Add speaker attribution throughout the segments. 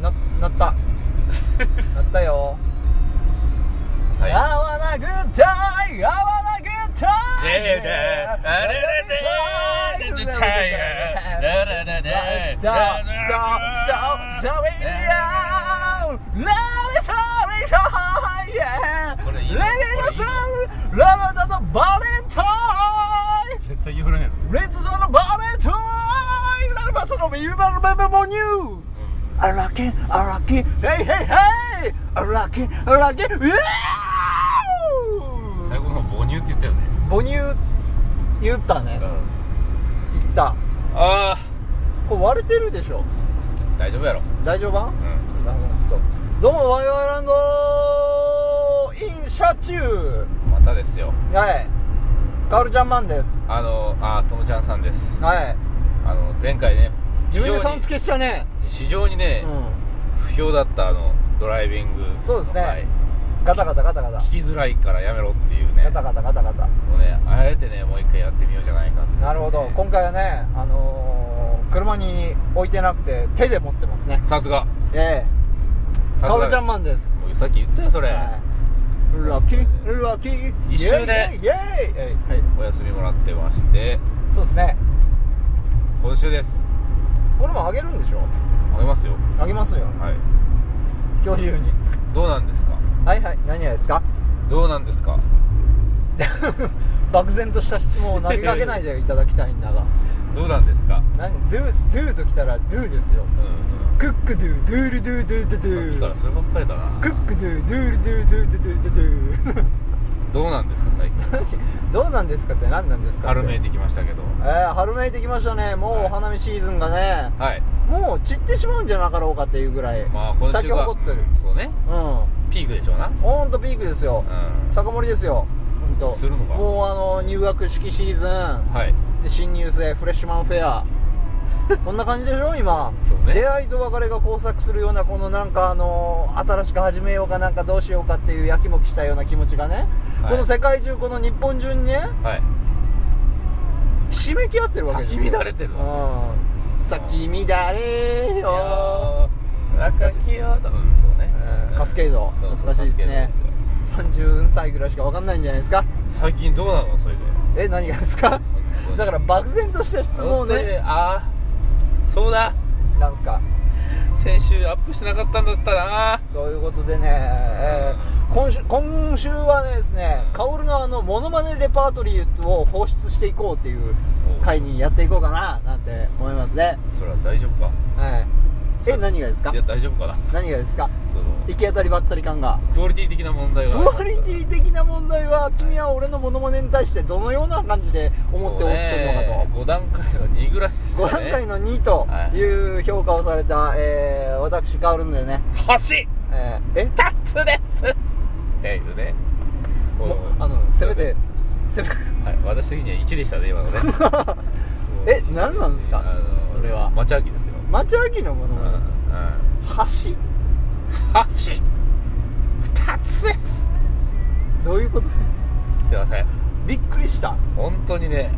Speaker 1: なったなったよ
Speaker 2: はい。
Speaker 1: I wanna good time I wanna good time
Speaker 2: 絶対言わないの。
Speaker 1: A lucky, a lucky, hey, hey, hey! A lucky, a lucky, yeah!
Speaker 2: 最後の母乳って言ったよね。
Speaker 1: 母乳言ったね言った
Speaker 2: ああ、
Speaker 1: これ割れてるでしょ
Speaker 2: 大丈夫やろ。
Speaker 1: 大丈夫か
Speaker 2: うん。
Speaker 1: なるほどどうもワイワイランドイン車中
Speaker 2: またですよ。
Speaker 1: はいカオルちゃんマンです
Speaker 2: あの、あー、ともちゃんさんです。
Speaker 1: はい
Speaker 2: あの、前回ね、
Speaker 1: 自分でさん
Speaker 2: に
Speaker 1: つけしたね
Speaker 2: 非常にね
Speaker 1: う、ん
Speaker 2: 不評だったあの、ドライビング。
Speaker 1: そうですね
Speaker 2: はい
Speaker 1: ガタガタガタガタ
Speaker 2: 聞きづらいからやめろっていうね。
Speaker 1: ガタガタガタガタ
Speaker 2: もうね、あえてね、もう一回やってみようじゃないかって
Speaker 1: なるほど今回はねあのー、車に置いてなくて手で持ってますね
Speaker 2: さすが。
Speaker 1: ええ
Speaker 2: さすが
Speaker 1: カオルちゃん
Speaker 2: も。
Speaker 1: マンです
Speaker 2: もうさっき言ったよ、それ。
Speaker 1: ラッキーラッキー
Speaker 2: 一
Speaker 1: イエー
Speaker 2: 周で
Speaker 1: イイエーイえいはい
Speaker 2: お休みもらってまして、
Speaker 1: そうですね
Speaker 2: 今週です。
Speaker 1: これもあげるんでしょ
Speaker 2: あげますよ。
Speaker 1: あげますよ
Speaker 2: はい。
Speaker 1: 今日中に
Speaker 2: どうなんですか
Speaker 1: はいはい何がですか
Speaker 2: どうなんですか
Speaker 1: 漠然とした質問を投げかけないでいただきたいんだが
Speaker 2: どうなんですか
Speaker 1: 何ドゥドゥときたらドゥですよ
Speaker 2: うんうん
Speaker 1: クックドゥドゥルドゥドゥドゥド
Speaker 2: さっきから
Speaker 1: ゥ
Speaker 2: そればっかりだな
Speaker 1: クックドゥドゥルドゥドゥドゥドゥドゥドゥ
Speaker 2: どうなんですか最近
Speaker 1: 何 どうなんですかって何なんですかって
Speaker 2: 春めいてきましたけど
Speaker 1: えー、春めいてきましたねもう
Speaker 2: はい
Speaker 1: お花見シーズンがね
Speaker 2: はい
Speaker 1: もう散ってしまうんじゃなかろうかっていうぐらい、
Speaker 2: まあ今週が
Speaker 1: 咲き誇ってる
Speaker 2: うんそうね
Speaker 1: うん
Speaker 2: ピークでしょうな
Speaker 1: ほんとピークですよ、
Speaker 2: うん
Speaker 1: 酒盛りですよほんと
Speaker 2: するのか
Speaker 1: もうあの入学式シーズン
Speaker 2: はい
Speaker 1: で新入生フレッシュマンフェ アこんな感じでしょ今
Speaker 2: そうね
Speaker 1: 出会いと別れが交錯するようなこのなんかあの新しく始めようかなんかどうしようかっていうやきもきしたような気持ちがね、
Speaker 2: はい
Speaker 1: この世界中この日本中にね
Speaker 2: はい
Speaker 1: ひしめき合ってるわけですよ
Speaker 2: 咲き乱れてるわ
Speaker 1: うん咲き乱れ
Speaker 2: い
Speaker 1: よ
Speaker 2: やー懐かしいよ多分そうね
Speaker 1: うんカスケード
Speaker 2: そうそう
Speaker 1: 懐かしいですね
Speaker 2: カスケードですよ
Speaker 1: 30歳ぐらいしか分かんないんじゃないですか
Speaker 2: 最近どうなのそれで
Speaker 1: え何がですか
Speaker 2: 当に
Speaker 1: だから漠然とした質問を
Speaker 2: 本当に
Speaker 1: ね
Speaker 2: ああそうだ
Speaker 1: なんですか
Speaker 2: 先週アップしなかったんだったな
Speaker 1: そういうことでね、えー今週今週はねですね薫のあのモノマネレパートリーを放出していこうっていう回にやっていこうかななんて思いますね
Speaker 2: それは大丈夫か
Speaker 1: はいえ何がですか
Speaker 2: いや大丈夫かな
Speaker 1: 何がですか
Speaker 2: その
Speaker 1: 行き当たりばったり感が
Speaker 2: クオリティ的な問題は
Speaker 1: クオリティ的な問題は君は俺のモノマネに対してどのような感じで思っておってるのかと
Speaker 2: 5段階の2ぐらいです
Speaker 1: 5
Speaker 2: かね
Speaker 1: 段階の2という評価をされた、えー、私カオルンでね、
Speaker 2: 星
Speaker 1: えー、え
Speaker 2: 2つですっていうね
Speaker 1: も
Speaker 2: も
Speaker 1: う
Speaker 2: う
Speaker 1: あのせめてせめて
Speaker 2: はい私的には1でしたね今 のね
Speaker 1: え何なんですか
Speaker 2: あの
Speaker 1: それは
Speaker 2: 町秋ですよ
Speaker 1: 町明のもの
Speaker 2: うんう
Speaker 1: まね
Speaker 2: ん
Speaker 1: 橋
Speaker 2: 星2つです
Speaker 1: どういうこと
Speaker 2: すいません
Speaker 1: びっくりした
Speaker 2: 本当にね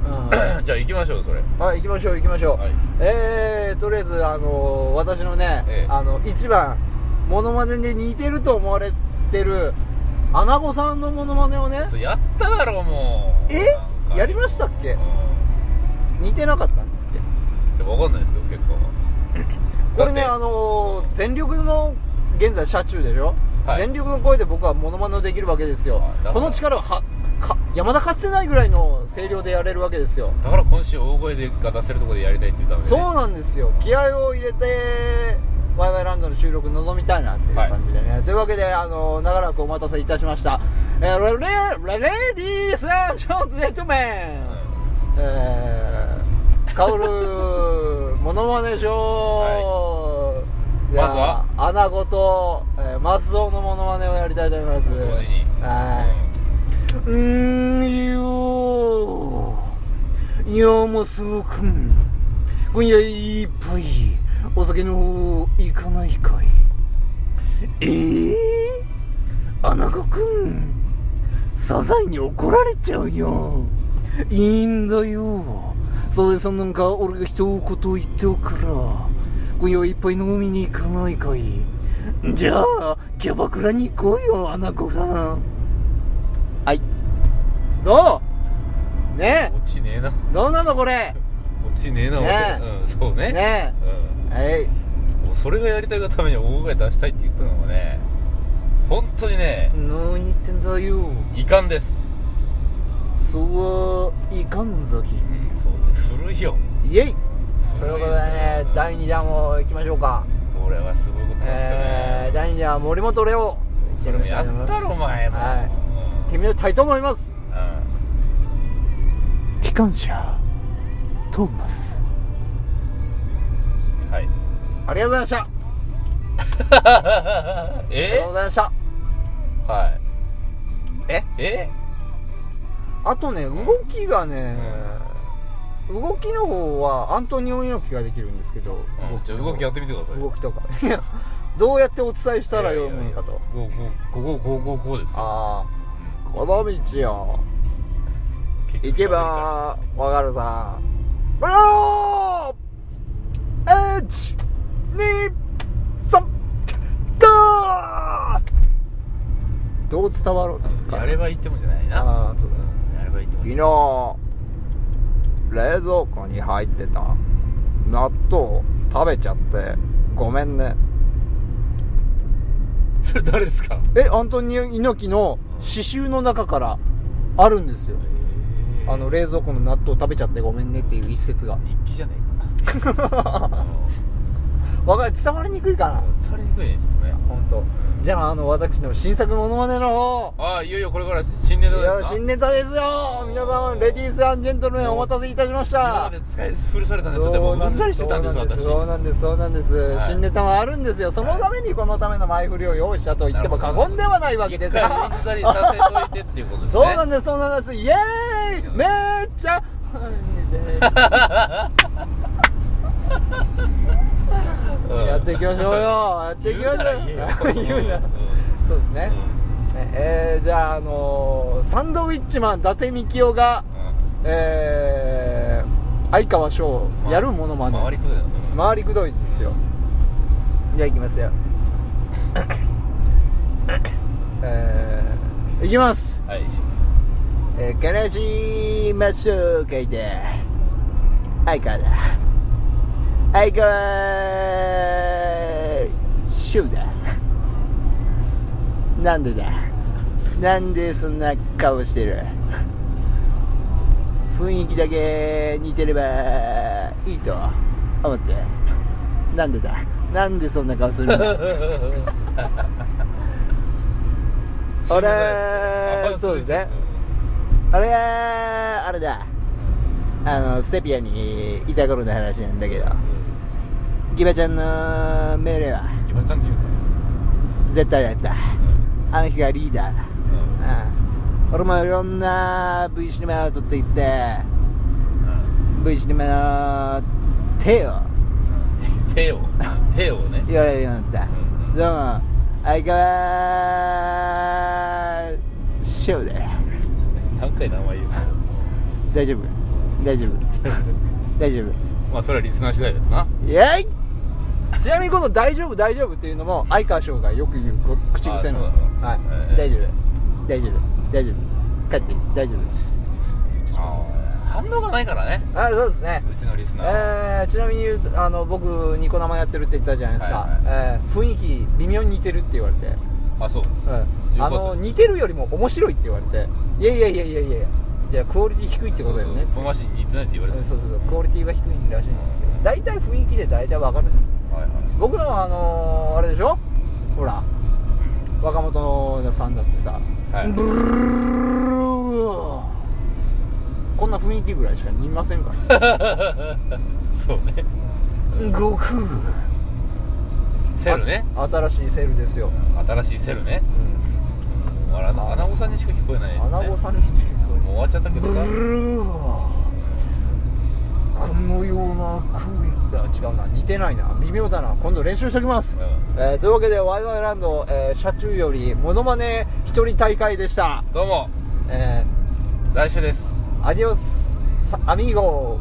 Speaker 1: う
Speaker 2: じゃあ行きましょうそれ
Speaker 1: はい行きましょう行きましょう、
Speaker 2: はい
Speaker 1: えー、とりあえずあの私のね、
Speaker 2: ええ
Speaker 1: あの1番モノマネで似てると思われてるアナゴさんのモノマネをね
Speaker 2: それやっただろうもう
Speaker 1: え
Speaker 2: 何回も
Speaker 1: やりましたっけ
Speaker 2: うん
Speaker 1: 似てなかったんですって
Speaker 2: でも分かんないですよ結構
Speaker 1: これね
Speaker 2: だ
Speaker 1: あ
Speaker 2: って
Speaker 1: のー全力の現在車中でしょ、
Speaker 2: はい
Speaker 1: 全力の声で僕はモノマネをできるわけですよ
Speaker 2: あだから
Speaker 1: この力ははか山田かつてないぐらいの声量でやれるわけですよ
Speaker 2: だから今週大声でが出せるところでやりたいって言ってたんで、ね、
Speaker 1: そうなんですよ気合を入れてワイワイランドの収録臨みたいなっていう感じでね、というわけであの長らくお待たせいたしました、えー、レレレレディースアンションゼットメン、えー、カオルモノマネショー、
Speaker 2: い
Speaker 1: じゃあ
Speaker 2: まずは
Speaker 1: アナゴと、えー、マスオのモノマネをやりたいと思います
Speaker 2: 同時に
Speaker 1: はい、うんよーよーもすーくん今夜いっぱいお酒の方行かないかいえー、アナゴくんサザエに怒られちゃうよいいんだよサザエさんなんか俺が一言言っておくから今夜はいっぱい飲みに行かないかいじゃあ、キャバクラに行こうよ、アナゴさん。はい。どうね
Speaker 2: 落ちねえな
Speaker 1: えどうなのこれ
Speaker 2: 落ちねえな俺、
Speaker 1: ね
Speaker 2: うん、そうね
Speaker 1: ねえ。はい。
Speaker 2: うんもうそれがやりたいがために大声出したいって言ったのがね本当にね
Speaker 1: 何言ってんだよ。
Speaker 2: 遺憾です、
Speaker 1: そうはいかんぞき。
Speaker 2: そうね古いよ
Speaker 1: イェイということでね、第2弾も行きましょうか。
Speaker 2: これはすごいことになった
Speaker 1: え
Speaker 2: ね
Speaker 1: ー、、第2弾は森本レオ。
Speaker 2: それもやったろお前も、
Speaker 1: はい行ってみたいと思います。
Speaker 2: う
Speaker 1: 機関車、トーマス。
Speaker 2: んうんはい
Speaker 1: ありがとうございました。ありが
Speaker 2: え
Speaker 1: とうございました。
Speaker 2: はい
Speaker 1: え
Speaker 2: え
Speaker 1: あとね、動きがね、動きの方はアントニオ猪木ができるんですけど、
Speaker 2: うんちょ動きやってみてください
Speaker 1: 動きとか。 いや、どうやってお伝えしたらよいものかと。
Speaker 2: こうこうこうこうこうこうですよ
Speaker 1: ああ、この道を
Speaker 2: 結
Speaker 1: 行
Speaker 2: 局
Speaker 1: けばわかるさ。ブロー !1、2、3、ゴーどう伝わろ
Speaker 2: 喋る
Speaker 1: う
Speaker 2: からやればいいってもんじゃないな
Speaker 1: ああ、そうだ。
Speaker 2: やればいいってもん
Speaker 1: 昨
Speaker 2: じ
Speaker 1: 日冷蔵庫に入ってた納豆食べちゃってごめんね
Speaker 2: ゃそれ誰ですか
Speaker 1: えアントニオ猪木の刺繍の中からあるんですよあの冷蔵庫の納豆食べちゃってごめんねっていう一節が
Speaker 2: 日記じゃね えかな
Speaker 1: わかる伝わりにくいかな
Speaker 2: うんそれにくいねちょっとね
Speaker 1: 本当。じゃああの私の新作モノマネの
Speaker 2: ああいよいよこれから新年度
Speaker 1: 方い
Speaker 2: です
Speaker 1: や
Speaker 2: か
Speaker 1: 新ネタですよ皆さんレディースジェントルメンお待たせいたしまし
Speaker 2: 今
Speaker 1: た
Speaker 2: まで使い古されたネタでもううんざりしてたんです私
Speaker 1: そうなんですそうなんです、
Speaker 2: はい
Speaker 1: 新ネタはあるんですよそのためにこのための前振りを用意したと言っても
Speaker 2: なる
Speaker 1: 過
Speaker 2: ほど
Speaker 1: 言ではないわけです
Speaker 2: 一回うんざりさせといてっていうことですね
Speaker 1: そうなんですそうなんですイエーイめっちゃ
Speaker 2: うん
Speaker 1: やっていきましょうよやっていきましょう
Speaker 2: 言うなら言えよ
Speaker 1: 言うなそうですね、そうですねえー、じゃあ、あのーサンドウィッチマン伊達みきおが、
Speaker 2: うん
Speaker 1: えー、相川翔をやるものまね、
Speaker 2: 回りくどいな
Speaker 1: 回りくどいですよじゃあ行き ますよえー、行きます、
Speaker 2: はい
Speaker 1: えー、悲しいマシュー書いて相川だ相川シューだなんでだなんでそんな顔してる雰囲気だけ似てればいいと思ってなんでだなんでそんな顔 するんだ俺
Speaker 2: あ
Speaker 1: そうですね俺はあれだあのセピアにいた頃の話なんだけどギバちゃんの命令は
Speaker 2: 今ちゃんって言うね
Speaker 1: 絶対だったあの日がリーダーだ
Speaker 2: うん
Speaker 1: うん俺もいろんな V シネマを撮っていって V シネマの手を
Speaker 2: うん手を手をね
Speaker 1: 言われるようになった
Speaker 2: うんうん
Speaker 1: どうも相川ショーだ
Speaker 2: 何回名前言うの
Speaker 1: 大丈夫大丈夫大丈夫
Speaker 2: まあそれはリスナー次第ですな
Speaker 1: イェイちなみにこの「大丈夫大丈夫」っていうのも相川翔がよく言うこ口癖なんですよは
Speaker 2: あ
Speaker 1: い
Speaker 2: そうなんだ、
Speaker 1: 大丈夫大丈夫大丈夫帰っていい大丈夫
Speaker 2: 反応がないからね
Speaker 1: あそうですね
Speaker 2: うちのリスナーは
Speaker 1: えー、ちなみに言うとあの僕ニコ生やってるって言ったじゃないですか、
Speaker 2: はい
Speaker 1: えー雰囲気微妙に似てるって言われて、
Speaker 2: あそう
Speaker 1: うん、あ
Speaker 2: よか
Speaker 1: の
Speaker 2: った
Speaker 1: 似てるよりも面白いって言われていやいやいやいやいやじゃあクオリティ低いってことだよね
Speaker 2: そうそう友達に似てないって言われ
Speaker 1: う
Speaker 2: て
Speaker 1: んそうそうそうクオリティは低いらしいんですけど大体雰囲気で大体わかるんですよ
Speaker 2: はいはい
Speaker 1: 僕らはあのー、あれでしょほら若本さんだってさ、
Speaker 2: はい
Speaker 1: ブルルこんな雰囲気ぐらいしか似ませんから
Speaker 2: そうね
Speaker 1: 悟空
Speaker 2: セルね
Speaker 1: あ新しいセルですよ、
Speaker 2: 新しいセルね
Speaker 1: う
Speaker 2: もうあらアナゴさんにしか聞こえない
Speaker 1: ん、アナゴさんにしか聞こえ
Speaker 2: もう終わっちゃったけどさ
Speaker 1: このような空気が違うな似てないな微妙だな今度練習しておきます、
Speaker 2: う
Speaker 1: えーというわけでワイワイランド、えー車中よりモノマネ一人大会でした、
Speaker 2: どうも
Speaker 1: え
Speaker 2: 来週です
Speaker 1: ーアディオスさアミーゴ